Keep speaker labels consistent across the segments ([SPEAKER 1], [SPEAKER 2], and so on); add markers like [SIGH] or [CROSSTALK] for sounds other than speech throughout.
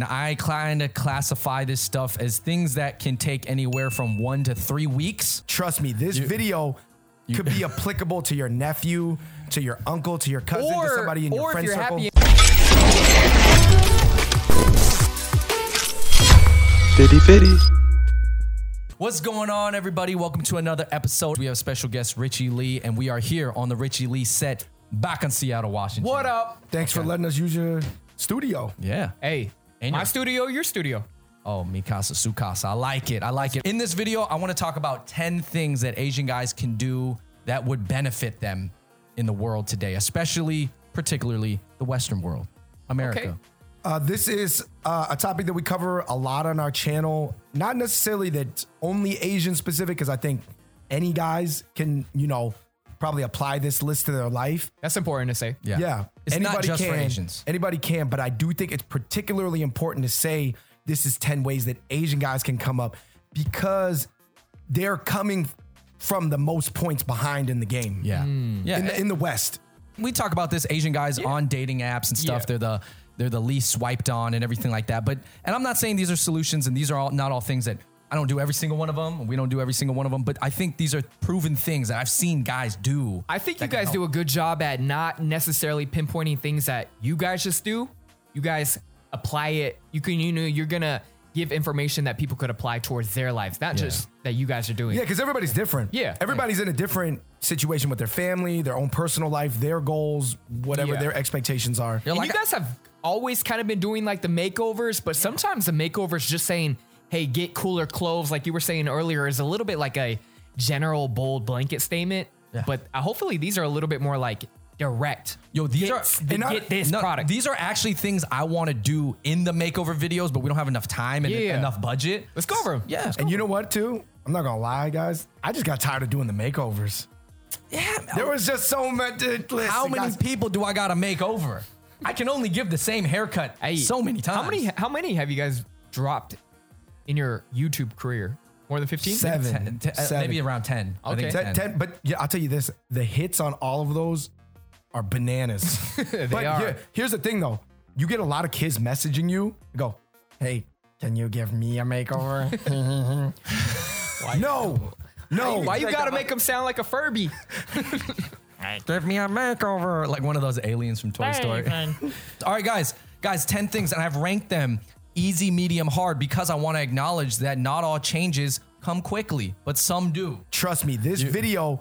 [SPEAKER 1] And I kind of classify this stuff as things that can take anywhere from one to three weeks.
[SPEAKER 2] Trust me, this video could be applicable to your nephew, to your uncle, to your cousin, to
[SPEAKER 1] Or,
[SPEAKER 2] somebody in your
[SPEAKER 1] or if
[SPEAKER 2] friend
[SPEAKER 1] you're
[SPEAKER 2] circle.
[SPEAKER 1] happy
[SPEAKER 3] Fitty fitty.
[SPEAKER 1] What's going on, everybody? Welcome to another episode. We have special guest Richie Lee, and we are here on the Richie Lee set back in Seattle, Washington.
[SPEAKER 4] What up?
[SPEAKER 2] Thanks for letting us use your studio.
[SPEAKER 1] Yeah.
[SPEAKER 4] Hey,
[SPEAKER 1] And
[SPEAKER 4] my
[SPEAKER 1] your-
[SPEAKER 4] studio, your studio.
[SPEAKER 1] Oh, Mikasa Sukasa. I like it. I like it. In this video, I want to talk about 10 things that Asian guys can do that would benefit them in the world today, especially, particularly, the Western world, America.
[SPEAKER 4] Okay.
[SPEAKER 2] Uh, this is uh, a topic that we cover a lot on our channel. Not necessarily that only Asian specific, because I think any guys can, you know, probably apply this list to their life.
[SPEAKER 4] That's important to say.
[SPEAKER 1] Yeah.
[SPEAKER 2] Yeah.
[SPEAKER 1] It's not just for Asians.
[SPEAKER 2] Anybody can, but I do think it's particularly important to say this is 10 ways that Asian guys can come up because they're coming from the most points behind in the game.
[SPEAKER 1] Yeah. Yeah.
[SPEAKER 2] In the, in the West.
[SPEAKER 1] we talk about this Asian guys on dating apps and stuff.
[SPEAKER 4] Yeah.
[SPEAKER 1] They're the they're the least swiped on and everything like that. But and I'm not saying these are solutions and these are all not all things that I don't do every single one of them. We don't do every single one of them. But I think these are proven things that I've seen guys do.
[SPEAKER 4] I think you
[SPEAKER 1] that can
[SPEAKER 4] guys
[SPEAKER 1] help.
[SPEAKER 4] do a good job at not necessarily pinpointing things that you guys just do. You guys apply it. You can, you know, you're gonna give information that people could apply towards their lives, not just that you guys are doing.
[SPEAKER 2] Yeah, because everybody's different.
[SPEAKER 4] Yeah.
[SPEAKER 2] Everybody's in a different situation with their family, their own personal life, their goals, whatever
[SPEAKER 4] Yeah.
[SPEAKER 2] their expectations are.
[SPEAKER 4] And
[SPEAKER 1] like
[SPEAKER 4] you guys have always kind of been doing like the makeovers, but sometimes the makeovers just saying, hey, get cooler clothes, like you were saying earlier, is a little bit like a general bold blanket statement. But uh, hopefully these are a little bit more like direct.
[SPEAKER 1] Yo, these
[SPEAKER 4] get,
[SPEAKER 1] are-
[SPEAKER 4] s-
[SPEAKER 1] and
[SPEAKER 2] I-
[SPEAKER 4] get this
[SPEAKER 1] No,
[SPEAKER 4] product.
[SPEAKER 1] These are actually things I want to do in the makeover videos, but we don't have enough time and
[SPEAKER 4] Yeah.
[SPEAKER 1] enough budget.
[SPEAKER 4] Let's go over 'em.
[SPEAKER 1] Yeah.
[SPEAKER 2] And you know what, too? I'm not gonna lie, guys. I just got tired of doing the makeovers.
[SPEAKER 1] yeah.
[SPEAKER 2] There was just so much. uh, Listen,
[SPEAKER 1] Oh. How many
[SPEAKER 2] guys,
[SPEAKER 1] people do I gotta make over? I can only give the same haircut
[SPEAKER 4] Hey,
[SPEAKER 1] so many times.
[SPEAKER 4] How many how many have you guys dropped in your YouTube career? More than 15?
[SPEAKER 2] Seven.
[SPEAKER 1] Ten- ten- uh,
[SPEAKER 2] Seven.
[SPEAKER 1] Maybe around ten. I think
[SPEAKER 4] Okay.
[SPEAKER 2] Ten, ten, but yeah, I'll tell you this: the hits on all of those are bananas. [LAUGHS] they but
[SPEAKER 4] are.
[SPEAKER 2] here- here's the thing, though: you get a lot of kids messaging you. Go, hey, can you give me a [LAUGHS] makeover? [LAUGHS] no, no.
[SPEAKER 4] Why you gotta make them sound like a Furby?
[SPEAKER 1] Give me a makeover. Like one of those aliens from Toy Story. [LAUGHS] All right, guys. Guys, 10 things, and I've ranked them easy, medium, hard because I want to acknowledge that not all changes come quickly, but some do.
[SPEAKER 2] [LAUGHS] Trust me, this video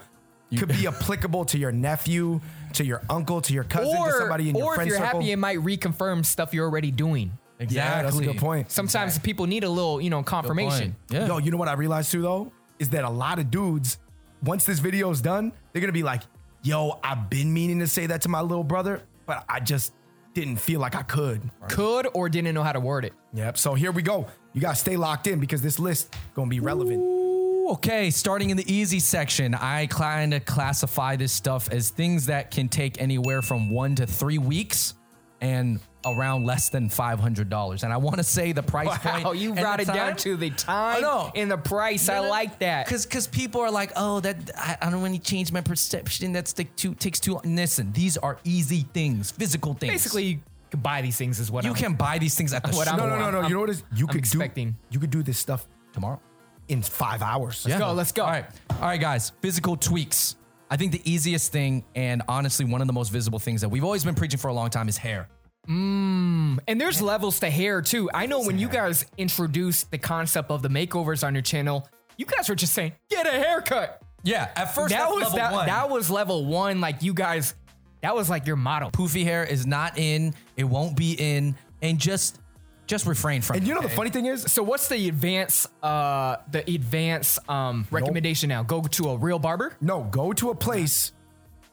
[SPEAKER 2] could [LAUGHS] be applicable to your nephew, to your uncle, to your cousin, to
[SPEAKER 4] Or,
[SPEAKER 2] somebody in your
[SPEAKER 4] or if
[SPEAKER 2] friend
[SPEAKER 4] you're
[SPEAKER 2] circle.
[SPEAKER 4] happy, it might reconfirm stuff you're already doing.
[SPEAKER 2] yeah, that's a good point.
[SPEAKER 4] Sometimes people need a little, you know, confirmation.
[SPEAKER 1] Yeah.
[SPEAKER 2] Yo, you know what I realized too though is that a lot of dudes, once this video is done, they're gonna be like, "Yo, I've been meaning to say that to my little brother, but I just didn't feel like I could."
[SPEAKER 4] Could or didn't know how to word it.
[SPEAKER 2] Yep. So here we go. You gotta stay locked in because this list gonna be relevant.
[SPEAKER 1] Ooh, okay, starting in the easy section, I kind of classify this stuff as things that can take anywhere from one to three weeks and around less than $500. And I want to say the price point.
[SPEAKER 4] Oh, you
[SPEAKER 1] and the
[SPEAKER 4] brought it
[SPEAKER 1] time- Oh,
[SPEAKER 4] down to the time
[SPEAKER 1] know.
[SPEAKER 4] and the price. I like that.
[SPEAKER 1] Because because people are like, oh, that I, I don't want to change my perception. That's the too takes too. long. Listen, these are easy things, physical things.
[SPEAKER 4] basically, you can buy these things is what
[SPEAKER 1] you
[SPEAKER 4] I'm
[SPEAKER 1] can buy these things at the
[SPEAKER 4] What
[SPEAKER 1] store.
[SPEAKER 4] I'm-
[SPEAKER 2] No, no, no, no. you know what is? You
[SPEAKER 4] I'm
[SPEAKER 2] could
[SPEAKER 4] expecting-
[SPEAKER 2] do. You could do this stuff
[SPEAKER 1] tomorrow.
[SPEAKER 2] in five hours.
[SPEAKER 1] Yeah.
[SPEAKER 4] go, let's go.
[SPEAKER 1] All right, all right, guys. Physical tweaks. I think the easiest thing, and honestly, one of the most visible things that we've always been preaching for a long time is hair.
[SPEAKER 4] And there's levels to hair too. I know when you guys introduced the concept of the makeovers on your channel, you guys were just saying, get a haircut.
[SPEAKER 1] Yeah, at first
[SPEAKER 4] That
[SPEAKER 1] that's
[SPEAKER 4] was
[SPEAKER 1] level
[SPEAKER 4] that,
[SPEAKER 1] one.
[SPEAKER 4] that was level one. Like you guys, that was like your motto.
[SPEAKER 1] poofy hair is not in. It won't be in, and just just refrain from.
[SPEAKER 2] And
[SPEAKER 1] it.
[SPEAKER 2] you know the funny thing is,
[SPEAKER 4] So what's the advance uh the advance um recommendation now? Go to a real barber?
[SPEAKER 2] no, go to a place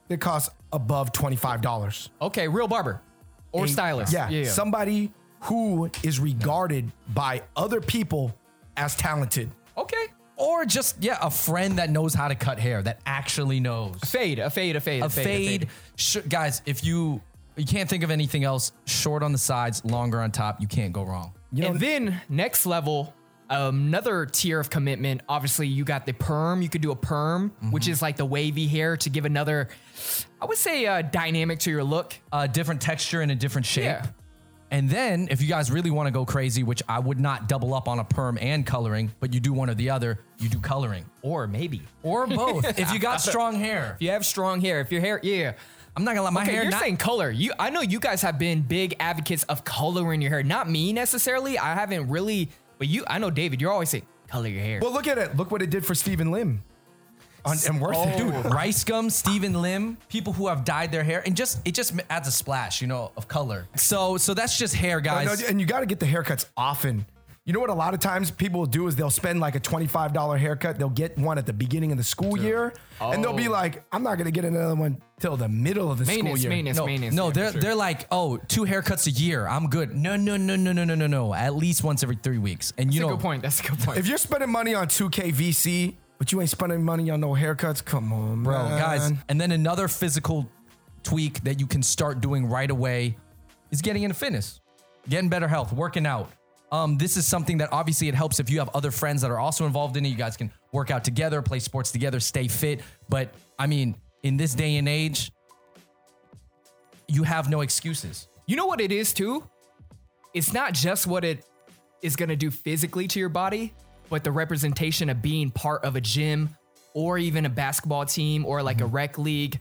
[SPEAKER 2] that costs above twenty five dollars.
[SPEAKER 4] Okay, real barber. Or stylist.
[SPEAKER 2] Yeah, somebody who is regarded by other people as talented.
[SPEAKER 4] okay.
[SPEAKER 1] or just yeah, a friend that knows how to cut hair that actually knows.
[SPEAKER 4] Fade, a fade, a fade,
[SPEAKER 1] a fade. Sh- guys, if you you can't think of anything else, short on the sides, longer on top, you can't go wrong.
[SPEAKER 4] and then next level, um, another tier of commitment. Obviously, you got the perm. You could do a perm, which is like the wavy hair to give another, I would say, uh, dynamic to your look.
[SPEAKER 1] A different texture and a different shape.
[SPEAKER 4] Yeah.
[SPEAKER 1] And then, if you guys really want to go crazy, which I would not double up on a perm and coloring, but you do one or the other, you do coloring
[SPEAKER 4] Or maybe.
[SPEAKER 1] or both. [LAUGHS] if you got strong hair,
[SPEAKER 4] If you have strong hair, if your hair, yeah.
[SPEAKER 1] I'm not gonna let my
[SPEAKER 4] Okay,
[SPEAKER 1] hair
[SPEAKER 4] you're
[SPEAKER 1] not.
[SPEAKER 4] saying color. You, I know you guys have been big advocates of color in your hair. Not me necessarily. I haven't really, but you, I know David. You're always saying color your hair.
[SPEAKER 2] Well, look at it. Look what it did for Stephen Lim. On, and worth it.
[SPEAKER 4] Oh.
[SPEAKER 1] Dude, Rice Gum, Steven Lim, people who have dyed their hair, and just it just adds a splash, you know, of color. So so that's just hair,
[SPEAKER 2] [LAUGHS] I
[SPEAKER 1] guys.
[SPEAKER 2] know, and you got to get the haircuts often. You know what? A lot of times people will do is they'll spend like a twenty-five dollar haircut. They'll get one at the beginning of the school year, and they'll be like, "I'm not gonna get another one till the middle of the school
[SPEAKER 4] maintenance,
[SPEAKER 2] year."
[SPEAKER 4] maintenance,
[SPEAKER 1] no,
[SPEAKER 4] maintenance.
[SPEAKER 1] no,
[SPEAKER 4] yeah,
[SPEAKER 1] they're
[SPEAKER 4] for sure.
[SPEAKER 1] they're like, oh, two haircuts a year, I'm good. No, no, no, no, no, no, no, no. At least once every three weeks, and you
[SPEAKER 4] That's a
[SPEAKER 1] know,
[SPEAKER 4] good point. That's a [LAUGHS] good point.
[SPEAKER 2] If you're spending money on two K VC, but you ain't spending money on no haircuts, come on,
[SPEAKER 1] bro,
[SPEAKER 2] man.
[SPEAKER 1] guys. And then another physical tweak that you can start doing right away is getting into fitness, getting better health, working out. Um, this is something that obviously it helps if you have other friends that are also involved in it. You guys can work out together, play sports together, stay fit. But I mean, in this day and age, you have no excuses.
[SPEAKER 4] You know what it is too? It's not just what it is going to do physically to your body, but the representation of being part of a gym or even a basketball team or like a
[SPEAKER 1] Mm-hmm.
[SPEAKER 4] rec league.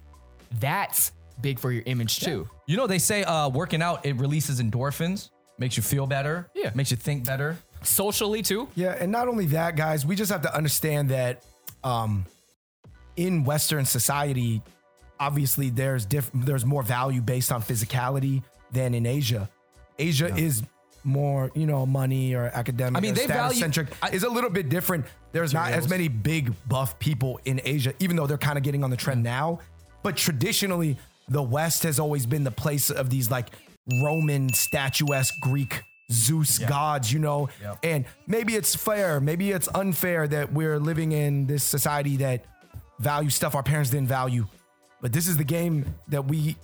[SPEAKER 4] That's big for your image too.
[SPEAKER 1] You know, they say uh, working out it releases endorphins, makes you feel better,
[SPEAKER 4] Yeah.
[SPEAKER 1] makes you think better.
[SPEAKER 4] Socially too.
[SPEAKER 2] Yeah, and not only that, guys, we just have to understand that um, in Western society, obviously there's diff- there's more value based on physicality than in Asia. Asia is more, you know, money or academic.
[SPEAKER 1] I mean,
[SPEAKER 2] or
[SPEAKER 1] they value-
[SPEAKER 2] status-centric. It's a little bit different. There's not as many big buff people in Asia, even though they're kind of getting on the trend now. But traditionally, the West has always been the place of these like Roman statuesque Greek Zeus gods, you know. And maybe it's fair, maybe it's unfair that we're living in this society that values stuff our parents didn't value. But this is the game that we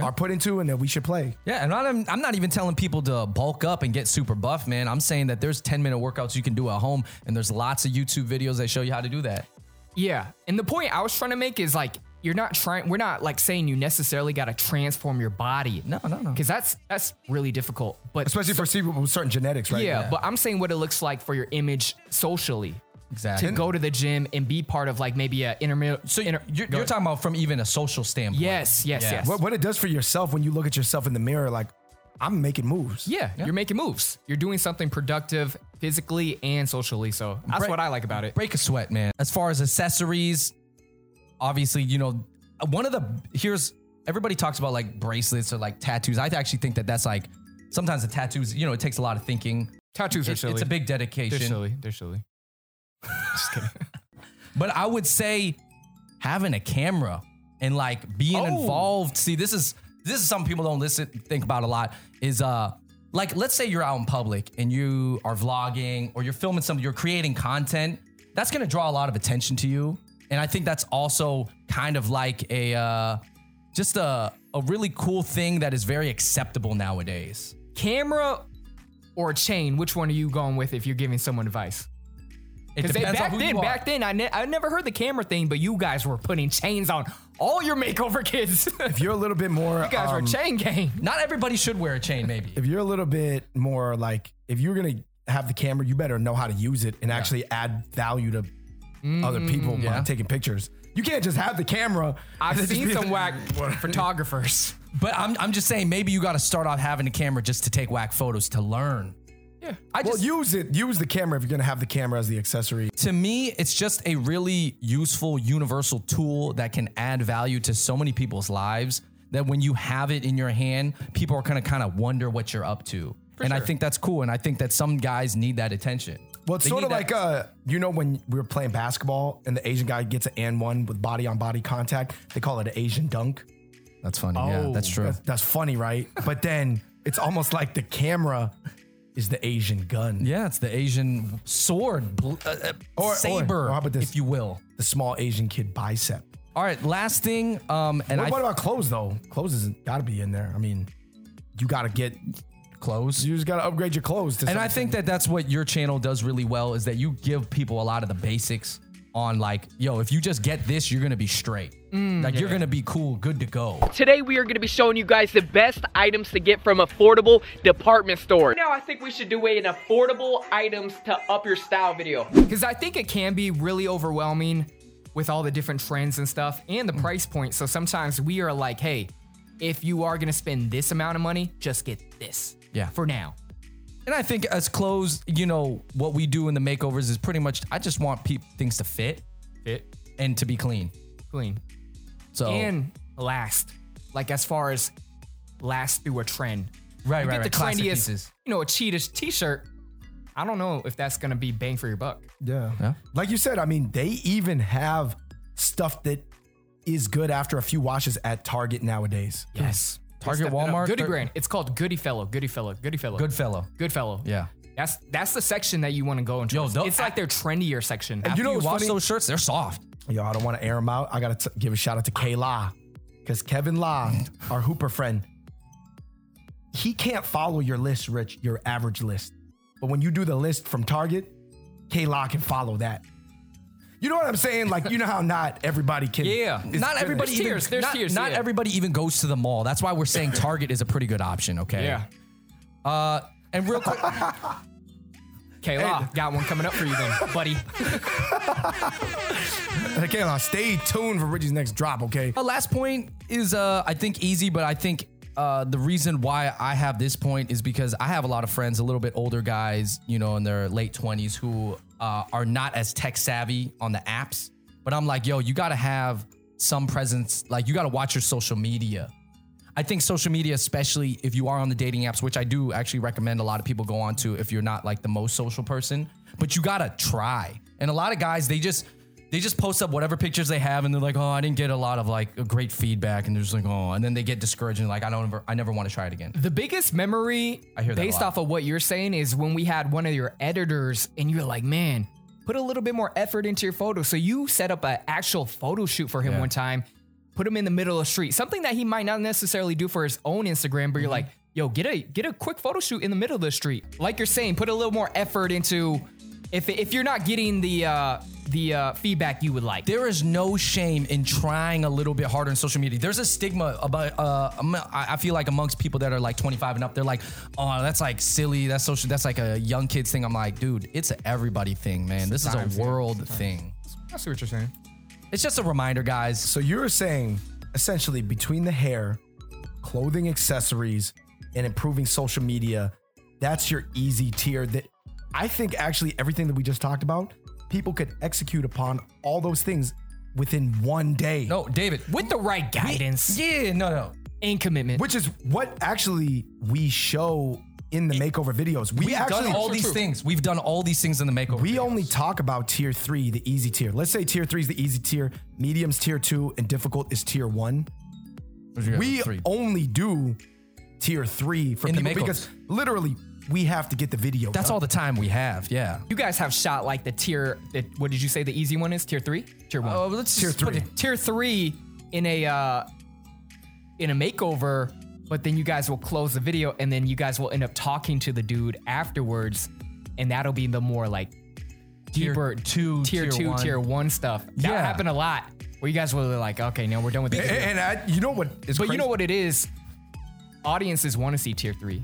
[SPEAKER 2] are put into and that we should play.
[SPEAKER 1] Yeah, and I'm, I'm not even telling people to bulk up and get super buff, man. I'm saying that there's 10 minute workouts you can do at home, and there's lots of YouTube videos that show you how to do that.
[SPEAKER 4] Yeah. And the point I was trying to make is like you're not trying we're not like saying you necessarily got to transform your body.
[SPEAKER 1] No, no, no.
[SPEAKER 4] Cuz that's that's really difficult. But
[SPEAKER 2] Especially for people with certain genetics, right?
[SPEAKER 4] yeah, but I'm saying what it looks like for your image socially.
[SPEAKER 1] Exactly.
[SPEAKER 4] To go to the gym and be part of like maybe a intermittent.
[SPEAKER 1] So you're, you're talking about from even a social standpoint.
[SPEAKER 4] Yes, yes, yes.
[SPEAKER 2] What, what it does for yourself when you look at yourself in the mirror, like, I'm making moves.
[SPEAKER 4] yeah, you're making moves. You're doing something productive physically and socially. So that's
[SPEAKER 1] Right.
[SPEAKER 4] what I like about it.
[SPEAKER 1] Break a sweat, man. As far as accessories, obviously, you know, one of the here's everybody talks about like bracelets or like tattoos. I actually think that that's like sometimes the tattoos, you know, it takes a lot of thinking.
[SPEAKER 4] Tattoos are
[SPEAKER 1] It-
[SPEAKER 4] silly.
[SPEAKER 1] it's a big
[SPEAKER 4] They're
[SPEAKER 1] dedication.
[SPEAKER 4] silly. They're silly. Just kidding.
[SPEAKER 1] But I would say having a camera and like being involved. See, this is this is something people don't listen think about a lot. Is uh like let's say you're out in public and you are vlogging or you're filming something, you're creating content. That's gonna draw a lot of attention to you. And I think that's also kind of like a uh just a a really cool thing that is very acceptable nowadays.
[SPEAKER 4] Camera or chain? Which one are you going with if you're giving someone advice?
[SPEAKER 1] It
[SPEAKER 4] Because
[SPEAKER 1] depends on
[SPEAKER 4] back
[SPEAKER 1] who
[SPEAKER 4] then,
[SPEAKER 1] you are.
[SPEAKER 4] back then, I, ne- I never heard the camera thing, but you guys were putting chains on all your makeover kids. [LAUGHS] you
[SPEAKER 2] If you're a little bit more,
[SPEAKER 4] guys
[SPEAKER 2] um,
[SPEAKER 4] were chain gang.
[SPEAKER 1] Not everybody should wear a chain, maybe.
[SPEAKER 2] if you're a little bit more like, if you're gonna have the camera, you better know how to use it and actually add value to other
[SPEAKER 4] Mm,
[SPEAKER 2] people by taking pictures. You can't just have the camera.
[SPEAKER 1] [LAUGHS]
[SPEAKER 2] [LAUGHS]
[SPEAKER 4] I've
[SPEAKER 2] and then just
[SPEAKER 4] seen
[SPEAKER 2] be-
[SPEAKER 4] some whack [LAUGHS] photographers.
[SPEAKER 1] But I'm, I'm just saying, maybe you got to start off having a camera just to take whack photos to learn.
[SPEAKER 4] Yeah.
[SPEAKER 1] I
[SPEAKER 2] Well,
[SPEAKER 1] just,
[SPEAKER 2] use it. Use the camera if you're gonna have the camera as the accessory.
[SPEAKER 1] to me, it's just a really useful, universal tool that can add value to so many people's lives that when you have it in your hand, people are going to kind of wonder what you're up to. and I think that's cool. And I think that some guys need that attention.
[SPEAKER 2] Well, it's
[SPEAKER 1] They
[SPEAKER 2] sort of
[SPEAKER 1] need that-
[SPEAKER 2] like uh, you know, when we were playing basketball and the Asian guy gets an and one with body on body contact, they call it an Asian dunk.
[SPEAKER 1] That's funny. yeah, that's true.
[SPEAKER 2] Oh, That's, that's funny, right? But then it's almost like the camera is the Asian gun,
[SPEAKER 1] yeah, it's the Asian sword, bl- uh, uh,
[SPEAKER 2] or-
[SPEAKER 1] saber,
[SPEAKER 2] or how about this?
[SPEAKER 1] if you will.
[SPEAKER 2] the small Asian kid bicep.
[SPEAKER 1] All right, last thing. Um, and
[SPEAKER 2] What,
[SPEAKER 1] I
[SPEAKER 2] what about clothes though? Clothes isn't got to be in there. I mean, you got to get,
[SPEAKER 1] close.
[SPEAKER 2] you just got to upgrade your clothes. To
[SPEAKER 1] And I think that that's what your channel does really well is that you give people a lot of the basics on like, yo, if you just get this, you're gonna be straight. like you're gonna be cool, good to go.
[SPEAKER 3] Today we are going to be showing you guys the best items to get from affordable department store. Now I think we should do an affordable items to up your style video.
[SPEAKER 4] Because I think it can be really overwhelming with all the different trends and stuff and
[SPEAKER 1] Mm.
[SPEAKER 4] the price point. So sometimes we are like, hey, if you are gonna spend this amount of money, just get this.
[SPEAKER 1] Yeah.
[SPEAKER 4] For now.
[SPEAKER 1] And I think as clothes, you know, what we do in the makeovers is pretty much I just want peop things to fit
[SPEAKER 4] Fit.
[SPEAKER 1] and to be clean.
[SPEAKER 4] Clean.
[SPEAKER 1] So
[SPEAKER 4] And last. Like as far as last through a trend.
[SPEAKER 1] right,
[SPEAKER 4] You
[SPEAKER 1] right,
[SPEAKER 4] get
[SPEAKER 1] right.
[SPEAKER 4] the
[SPEAKER 1] classic
[SPEAKER 4] trendiest,
[SPEAKER 1] pieces.
[SPEAKER 4] you know, a cheetah t-shirt. I don't know if that's gonna be bang for your buck.
[SPEAKER 2] Yeah.
[SPEAKER 1] Yeah.
[SPEAKER 2] Like you said, I mean, they even have stuff that is good after a few washes at Target nowadays.
[SPEAKER 4] Yes.
[SPEAKER 1] Target, Walmart,
[SPEAKER 4] Goody
[SPEAKER 1] thir-
[SPEAKER 4] brand. It's called Goody Fellow. Goody Fellow. Goody Fellow.
[SPEAKER 1] Good fellow.
[SPEAKER 4] Good Fellow.
[SPEAKER 1] Yeah.
[SPEAKER 4] That's that's the section that you want to go into.
[SPEAKER 1] Yo, don't-
[SPEAKER 4] it's like their trendier section.
[SPEAKER 1] After you
[SPEAKER 2] know what's
[SPEAKER 1] wash
[SPEAKER 2] funny?
[SPEAKER 1] those shirts, they're soft.
[SPEAKER 2] Yo, I don't want to air them out. I gotta t- give a shout out to K La, because Kevin La, our Hooper friend, he can't follow your list, Rich, your average list. But when you do the list from Target, K La can follow that. You know what I'm saying? Like, you know how not everybody can.
[SPEAKER 4] Yeah.
[SPEAKER 2] is
[SPEAKER 1] not everybody
[SPEAKER 4] There's
[SPEAKER 1] even,
[SPEAKER 4] tiers, there's
[SPEAKER 1] not,
[SPEAKER 4] tiers,
[SPEAKER 1] not
[SPEAKER 4] yeah.
[SPEAKER 1] everybody even goes to the mall. That's why we're saying Target is a pretty good option, okay?
[SPEAKER 4] yeah.
[SPEAKER 1] Uh and real quick,
[SPEAKER 4] Kayla, got one coming up for you then, buddy.
[SPEAKER 2] Hey, K La, stay tuned for Richie's next drop, okay?
[SPEAKER 1] a last point is uh I think easy, but I think uh, the reason why I have this point is because I have a lot of friends, a little bit older guys, you know, in their late 20s who uh, are not as tech savvy on the apps. But I'm like, yo, you gotta have some presence. Like, you gotta watch your social media. I think social media, especially if you are on the dating apps, which I do actually recommend a lot of people go on to if you're not like the most social person, but you gotta try. And a lot of guys, they just they just post up whatever pictures they have and they're like, oh, I didn't get a lot of like great feedback. And they're just like, oh, and then they get discouraged and like, I don't ever I never want to try it again.
[SPEAKER 4] The biggest memory
[SPEAKER 1] I hear that a
[SPEAKER 4] based
[SPEAKER 1] lot.
[SPEAKER 4] off of what you're saying is when we had one of your editors and you're like, man, put a little bit more effort into your photo. So you set up an actual photo shoot for him
[SPEAKER 1] Yeah.
[SPEAKER 4] one time, put him in the middle of the street, something that he might not necessarily do for his own Instagram, but you're
[SPEAKER 1] Mm-hmm.
[SPEAKER 4] like, yo, get a get a quick photo shoot in the middle of the street. Like you're saying, put a little more effort into if, if you're not getting the uh, the uh, feedback you would like.
[SPEAKER 1] There is no shame in trying a little bit harder in social media. There's a stigma about uh, am- I I feel like amongst people that are like 25 and up, they're like, oh, that's like silly. That's social. That's like a young kids thing. I'm like, dude, it's an everybody thing, man. This is
[SPEAKER 4] Sometimes,
[SPEAKER 1] a
[SPEAKER 4] yeah,
[SPEAKER 1] world thing.
[SPEAKER 4] I see what you're saying.
[SPEAKER 1] It's just a reminder, guys.
[SPEAKER 2] So you're saying essentially between the hair, clothing accessories, and improving social media, that's your easy tier that I think actually everything that we just talked about, people could execute upon all those things within one day.
[SPEAKER 1] No, David.
[SPEAKER 4] With the right guidance
[SPEAKER 1] Yeah, no, no.
[SPEAKER 4] and commitment.
[SPEAKER 2] Which is what actually we show in the makeover videos. We
[SPEAKER 1] We've
[SPEAKER 2] actually
[SPEAKER 1] done all these things. We've done all these things in the makeover.
[SPEAKER 2] we
[SPEAKER 1] videos.
[SPEAKER 2] only talk about tier three, the easy tier. Let's say tier three is the easy tier, medium's tier two, and difficult is tier one. we
[SPEAKER 1] Three.
[SPEAKER 2] only do tier three for
[SPEAKER 1] In the
[SPEAKER 2] people
[SPEAKER 1] makeovers.
[SPEAKER 2] because literally we have to get the video.
[SPEAKER 1] That's all the time we have. Yeah.
[SPEAKER 4] You guys have shot like the tier. The, what did you say? The easy one is tier three, tier one,
[SPEAKER 1] Oh, let's
[SPEAKER 2] Tier
[SPEAKER 1] just put
[SPEAKER 2] three.
[SPEAKER 1] it-
[SPEAKER 4] tier three in a uh, in a makeover. But then you guys will close the video, and then you guys will end up talking to the dude afterwards, and that'll be the more like
[SPEAKER 1] Tier
[SPEAKER 4] deeper
[SPEAKER 1] two, tier
[SPEAKER 4] tier, two,
[SPEAKER 1] one.
[SPEAKER 4] tier one stuff. That
[SPEAKER 1] Yeah.
[SPEAKER 4] happened a lot. Where you guys were like, okay, now we're done with
[SPEAKER 2] A-
[SPEAKER 4] this. video.
[SPEAKER 2] And I, you know what is
[SPEAKER 4] But
[SPEAKER 2] crazy?
[SPEAKER 4] you know what it is? Audiences want to see tier three.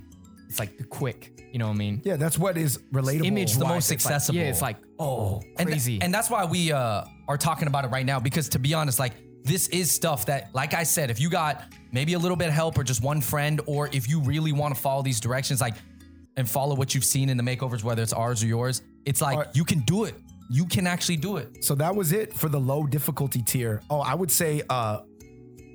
[SPEAKER 4] It's like the quick. You know what I mean?
[SPEAKER 2] Yeah, that's what is relatable.
[SPEAKER 4] Image
[SPEAKER 1] the
[SPEAKER 4] wise,
[SPEAKER 1] most
[SPEAKER 4] it's like-
[SPEAKER 1] accessible.
[SPEAKER 4] yeah, it's like oh,
[SPEAKER 1] and,
[SPEAKER 4] crazy.
[SPEAKER 1] and that's why we uh, are talking about it right now because to be honest like this is stuff that like i said if you got maybe a little bit of help or just one friend or if you really want to follow these directions like and follow what you've seen in the makeovers whether it's ours or yours it's like you can do it you can actually do it
[SPEAKER 2] so that was it for the low difficulty tier. Oh, I would say, uh,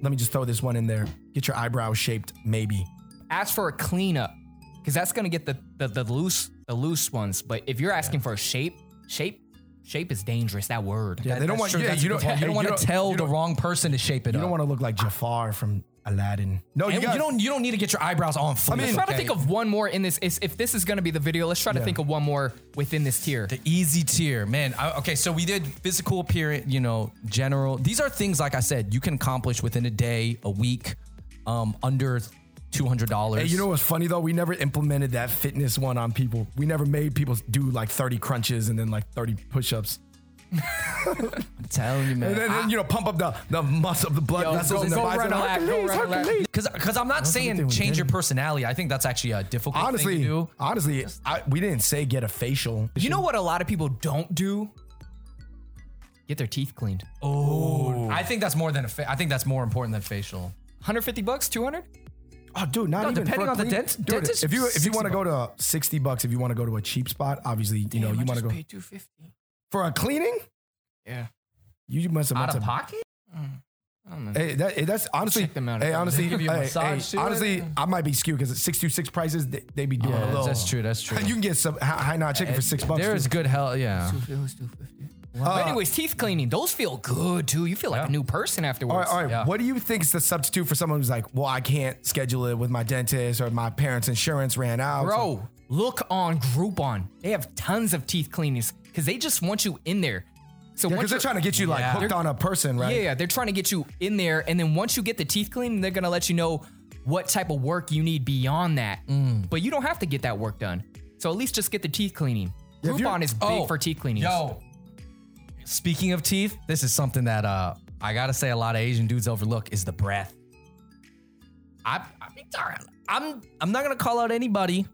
[SPEAKER 2] let me just throw this one in there. Get your eyebrows shaped, maybe.
[SPEAKER 4] ask for a cleanup because that's gonna get the, the the loose the loose ones. But if you're asking for a shape, shape, shape is dangerous. That word.
[SPEAKER 2] Yeah, they don't
[SPEAKER 1] That's
[SPEAKER 2] want
[SPEAKER 1] true,
[SPEAKER 2] yeah,
[SPEAKER 1] that's
[SPEAKER 2] you.
[SPEAKER 1] a good
[SPEAKER 2] Don't,
[SPEAKER 1] point. you
[SPEAKER 2] hey,
[SPEAKER 1] don't want
[SPEAKER 2] you
[SPEAKER 1] to tell
[SPEAKER 2] you
[SPEAKER 1] the
[SPEAKER 2] don't-
[SPEAKER 1] wrong person to shape it
[SPEAKER 2] You
[SPEAKER 1] up
[SPEAKER 2] don't want to look like Jafar from Aladdin. No, you,
[SPEAKER 1] and you,
[SPEAKER 2] got,
[SPEAKER 1] don't you don't need to get your eyebrows on full.
[SPEAKER 4] Let's try to think of one more in this. is- If this is gonna be the video, let's try to think of one more within this tier.
[SPEAKER 1] The easy tier, man. I, okay, so we did physical appearance, you know, general. These are things, like I said, you can accomplish within a day, a week, um, under two hundred dollars.
[SPEAKER 2] Hey, you know what's funny though? We never implemented that fitness one on people. We never made people do like 30 crunches and then like 30 push-ups.
[SPEAKER 1] I'm telling you,
[SPEAKER 2] And
[SPEAKER 1] man.
[SPEAKER 2] then, then, you know, pump up the, the muscle of the blood
[SPEAKER 4] Yo,
[SPEAKER 2] vessels
[SPEAKER 4] go-
[SPEAKER 2] in the
[SPEAKER 4] go
[SPEAKER 2] bicep.
[SPEAKER 4] run a lap, go
[SPEAKER 2] Hercules,
[SPEAKER 4] run a lap.
[SPEAKER 2] Hercules.
[SPEAKER 1] Because I'm not saying
[SPEAKER 2] doing
[SPEAKER 1] change your
[SPEAKER 2] good.
[SPEAKER 1] personality. I think that's actually a difficult thing to
[SPEAKER 2] Honestly,
[SPEAKER 1] do.
[SPEAKER 2] honestly, I, we didn't say get a facial.
[SPEAKER 4] You know what a lot of people don't do? Get their teeth cleaned.
[SPEAKER 1] I think that's more than a. Fa- I think that's more important than facial.
[SPEAKER 4] 150 bucks, 200?
[SPEAKER 2] Oh, dude, not
[SPEAKER 1] No,
[SPEAKER 2] even
[SPEAKER 1] depending
[SPEAKER 2] for a
[SPEAKER 1] on the
[SPEAKER 2] clean-
[SPEAKER 1] dent-
[SPEAKER 2] Dude,
[SPEAKER 1] dentist,
[SPEAKER 2] If you if
[SPEAKER 1] 60
[SPEAKER 2] you want to go to sixty bucks, if you want to go to a cheap spot, obviously you know you want to go
[SPEAKER 4] 250.
[SPEAKER 2] for a cleaning.
[SPEAKER 4] Yeah.
[SPEAKER 2] You must have
[SPEAKER 1] Out
[SPEAKER 2] went
[SPEAKER 1] of
[SPEAKER 2] to-
[SPEAKER 1] pocket? Mm.
[SPEAKER 2] Hey, that, hey, that's honestly.
[SPEAKER 4] Check them out.
[SPEAKER 2] Hey,
[SPEAKER 4] They
[SPEAKER 2] honestly,
[SPEAKER 1] give you a
[SPEAKER 2] hey, hey,
[SPEAKER 1] massage too, I
[SPEAKER 2] honestly,
[SPEAKER 1] think.
[SPEAKER 2] I might be skewed because at six two six prices, they, they be doing a little.
[SPEAKER 1] that's true. That's true.
[SPEAKER 2] You can get some high high notch chicken for six bucks.
[SPEAKER 1] There is
[SPEAKER 2] too.
[SPEAKER 1] good hell. Yeah.
[SPEAKER 2] Uh,
[SPEAKER 4] but anyways, teeth cleaning, those feel good too. You feel like a new person afterwards.
[SPEAKER 2] All right, all right.
[SPEAKER 1] Yeah.
[SPEAKER 2] What do you think is the substitute for someone who's like, well, I can't schedule it with my dentist or my parents' insurance ran out?
[SPEAKER 4] Bro, look on Groupon. They have tons of teeth cleanings because they just want you in there. So
[SPEAKER 2] because
[SPEAKER 4] once
[SPEAKER 2] they're
[SPEAKER 4] you're-
[SPEAKER 2] trying to get you like
[SPEAKER 1] Yeah.
[SPEAKER 2] hooked on a person, right?
[SPEAKER 4] Yeah, yeah, they're trying to get you in there, and then once you get the teeth cleaned, they're gonna let you know what type of work you need beyond that.
[SPEAKER 2] Mm.
[SPEAKER 4] But you don't have to get that work done. So at least just get the teeth cleaning.
[SPEAKER 2] if you're- Oh,
[SPEAKER 4] Groupon is big for teeth cleaning.
[SPEAKER 1] Oh, Yo. Speaking of teeth, this is something that uh I gotta say a lot of Asian dudes overlook is the breath. I, I be talking, I'm I'm not gonna call out anybody,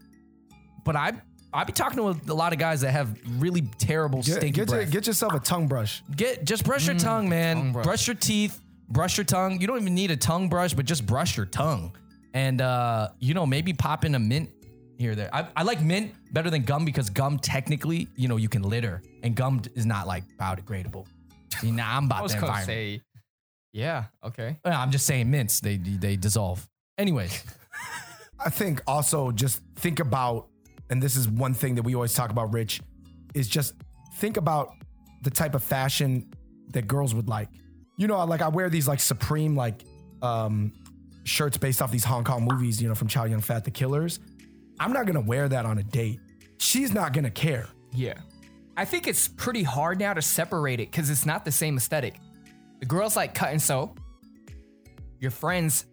[SPEAKER 1] but I I be talking with a lot of guys that have really terrible
[SPEAKER 2] Get,
[SPEAKER 1] stinky
[SPEAKER 2] get, your-
[SPEAKER 1] breath.
[SPEAKER 2] get yourself a tongue brush.
[SPEAKER 1] Get just brush
[SPEAKER 4] Mm,
[SPEAKER 1] your tongue, man. brush. your teeth, brush your tongue. You don't even need a tongue brush, but just brush your tongue. And uh, you know, maybe pop in a mint here or there. I, I like mint better than gum because gum technically, you know, you can litter and gum is not like biodegradable. See, now I'm
[SPEAKER 4] I
[SPEAKER 1] about
[SPEAKER 4] was
[SPEAKER 1] the
[SPEAKER 4] gonna
[SPEAKER 1] environment.
[SPEAKER 4] say, yeah, okay.
[SPEAKER 1] Uh, I'm just saying mints, they they dissolve. Anyways,
[SPEAKER 2] I think also just think about, and this is one thing that we always talk about, Rich, is just think about the type of fashion that girls would like. You know, like I wear these like Supreme like um, shirts based off these Hong Kong movies, you know, from Chow Yun Fat, The Killers. I'm not gonna wear that on a date. She's not gonna care.
[SPEAKER 4] Yeah. I think it's pretty hard now to separate it because it's not the same aesthetic. The girls like cut and sew. Your friends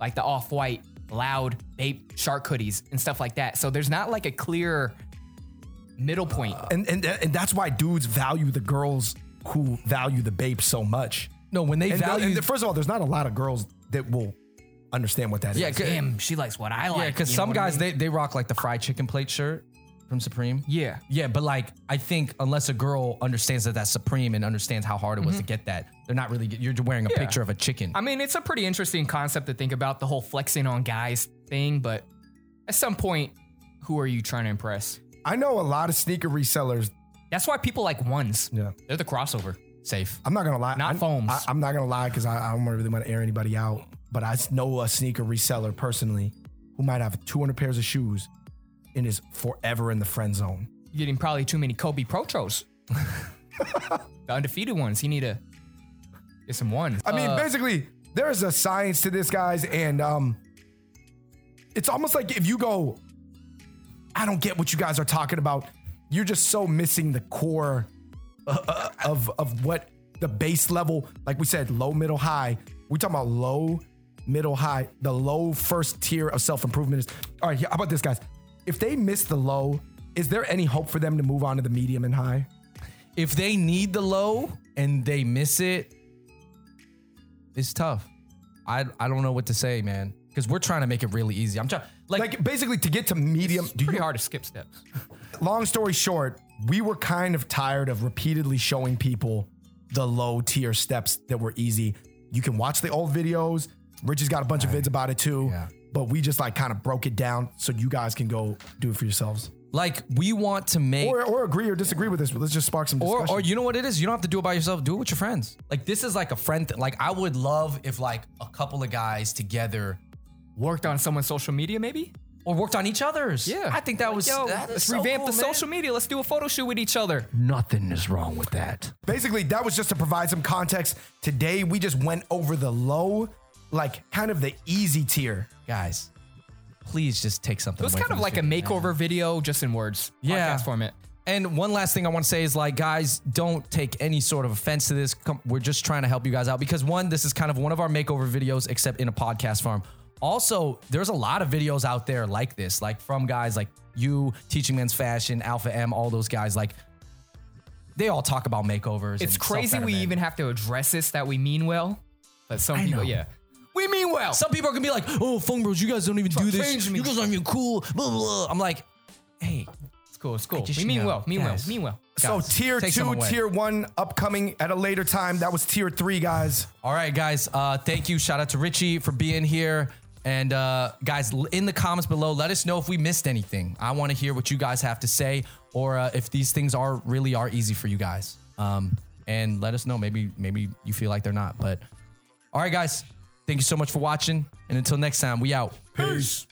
[SPEAKER 4] like the off white, loud, babe, shark hoodies and stuff like that. So there's not like a clear middle point.
[SPEAKER 2] And and and that's why dudes value the girls who value the babe so much.
[SPEAKER 1] no, when they
[SPEAKER 2] And, the-
[SPEAKER 1] value
[SPEAKER 2] and the- first of all, there's not a lot of girls that will understand what that is.
[SPEAKER 1] yeah, 'cause-
[SPEAKER 4] Damn, she likes what I like.
[SPEAKER 1] yeah, because
[SPEAKER 4] you know
[SPEAKER 1] some
[SPEAKER 4] what I
[SPEAKER 1] guys
[SPEAKER 4] mean?
[SPEAKER 1] they, they rock like the fried chicken plate shirt from Supreme.
[SPEAKER 4] Yeah.
[SPEAKER 1] Yeah, but like I think unless a girl understands that that's supreme and understands how hard it was to
[SPEAKER 4] Mm-hmm.
[SPEAKER 1] get that, they're not really. You're wearing a picture of a chicken.
[SPEAKER 4] I mean, it's a pretty interesting concept to think about the whole flexing on guys thing, but at some point, who are you trying to impress?
[SPEAKER 2] I know a lot of sneaker resellers.
[SPEAKER 4] That's why people like ones.
[SPEAKER 2] Yeah.
[SPEAKER 4] They're the crossover.
[SPEAKER 1] Safe.
[SPEAKER 2] I'm not gonna lie.
[SPEAKER 4] Not
[SPEAKER 2] I,
[SPEAKER 4] foams.
[SPEAKER 2] I, am not gonna lie because I, I don't really want to air anybody out. But I s- know a sneaker reseller personally who might have 200 pairs of shoes and is forever in the friend zone.
[SPEAKER 4] You're getting probably too many Kobe Protros. [LAUGHS] the undefeated ones. You need to get some ones. Uh,
[SPEAKER 2] I mean, basically, there is a science to this, guys, and um, it's almost like if you go, I don't get what you guys are talking about. You're just so missing the core uh, uh, of of what the base level, like we said, low, middle, high. We talking about low, middle, high. The low first tier of self improvement is. All right, here- how about this, guys? If they miss the low, is there any hope for them to move on to the medium and high?
[SPEAKER 1] If they need the low and they miss it, it's tough. I I don't know what to say, man. Because we're trying to make it really easy. I'm trying like,
[SPEAKER 2] Like basically to get to medium.
[SPEAKER 4] it's pretty hard to skip steps.
[SPEAKER 2] long story short, we were kind of tired of repeatedly showing people the low tier steps that were easy. You can watch the old videos. Rich has got a bunch of vids about it too.
[SPEAKER 1] Yeah.
[SPEAKER 2] But we just like kind of broke it down so you guys can go do it for yourselves.
[SPEAKER 1] like we want to make
[SPEAKER 2] Or, or agree or disagree with this, but let's just spark some discussion.
[SPEAKER 1] Or, or you know what it is? You don't have to do it by yourself. Do it with your friends. Like this is like a friend. Th- like I would love if like a couple of guys together
[SPEAKER 4] Worked on someone's social media, maybe?
[SPEAKER 1] or worked on each other's. I think that
[SPEAKER 4] Like,
[SPEAKER 1] was
[SPEAKER 4] yo,
[SPEAKER 1] that is
[SPEAKER 4] let's
[SPEAKER 1] Oh, so
[SPEAKER 4] revamp
[SPEAKER 1] cool,
[SPEAKER 4] the
[SPEAKER 1] man.
[SPEAKER 4] social media. Let's do a photo shoot with each other.
[SPEAKER 1] Mm, Nothing is wrong with that.
[SPEAKER 2] Basically, that was just to provide some context. Today, we just went over the low, like kind of the easy tier.
[SPEAKER 1] Guys, please just take something.
[SPEAKER 4] It was
[SPEAKER 1] away
[SPEAKER 4] kind
[SPEAKER 1] from
[SPEAKER 4] of
[SPEAKER 1] this
[SPEAKER 4] like a
[SPEAKER 1] video, man.
[SPEAKER 4] makeover video, just in words.
[SPEAKER 1] Yeah.
[SPEAKER 4] Podcast format.
[SPEAKER 1] And one last thing I want to say is like, guys, don't take any sort of offense to this. Come, we're just trying to help you guys out because one, this is kind of one of our makeover videos, except in a podcast form. Also, there's a lot of videos out there like this, like from guys like you, Teaching Men's Fashion, Alpha M, all those guys. Like, they all talk about makeovers.
[SPEAKER 4] It's
[SPEAKER 1] and
[SPEAKER 4] crazy we
[SPEAKER 1] self-betterment.
[SPEAKER 4] even have to address this that we mean well, but some
[SPEAKER 1] know.
[SPEAKER 4] people, yeah, we mean well.
[SPEAKER 1] Some people are gonna be like, "Oh, phone bros, you guys don't even do this.
[SPEAKER 4] change me.
[SPEAKER 1] You guys aren't even cool." Blah, blah, blah. I'm like, "Hey,
[SPEAKER 4] it's cool. It's cool.
[SPEAKER 1] just
[SPEAKER 4] We mean
[SPEAKER 1] know,
[SPEAKER 4] well. Mean well.
[SPEAKER 1] guys.
[SPEAKER 4] Mean well.
[SPEAKER 2] So
[SPEAKER 4] guys.
[SPEAKER 2] tier
[SPEAKER 1] take some
[SPEAKER 2] two,
[SPEAKER 1] away.
[SPEAKER 2] tier one, upcoming at a later time. That was tier three, guys.
[SPEAKER 1] All right, guys. Uh, thank you. Shout out to Richie for being here. And uh, guys, l- in the comments below, let us know if we missed anything. I want to hear what you guys have to say, or uh, if these things are really are easy for you guys. Um, and let us know. Maybe maybe you feel like they're not. But all right, guys. Thank you so much for watching. And until next time, we out. Peace.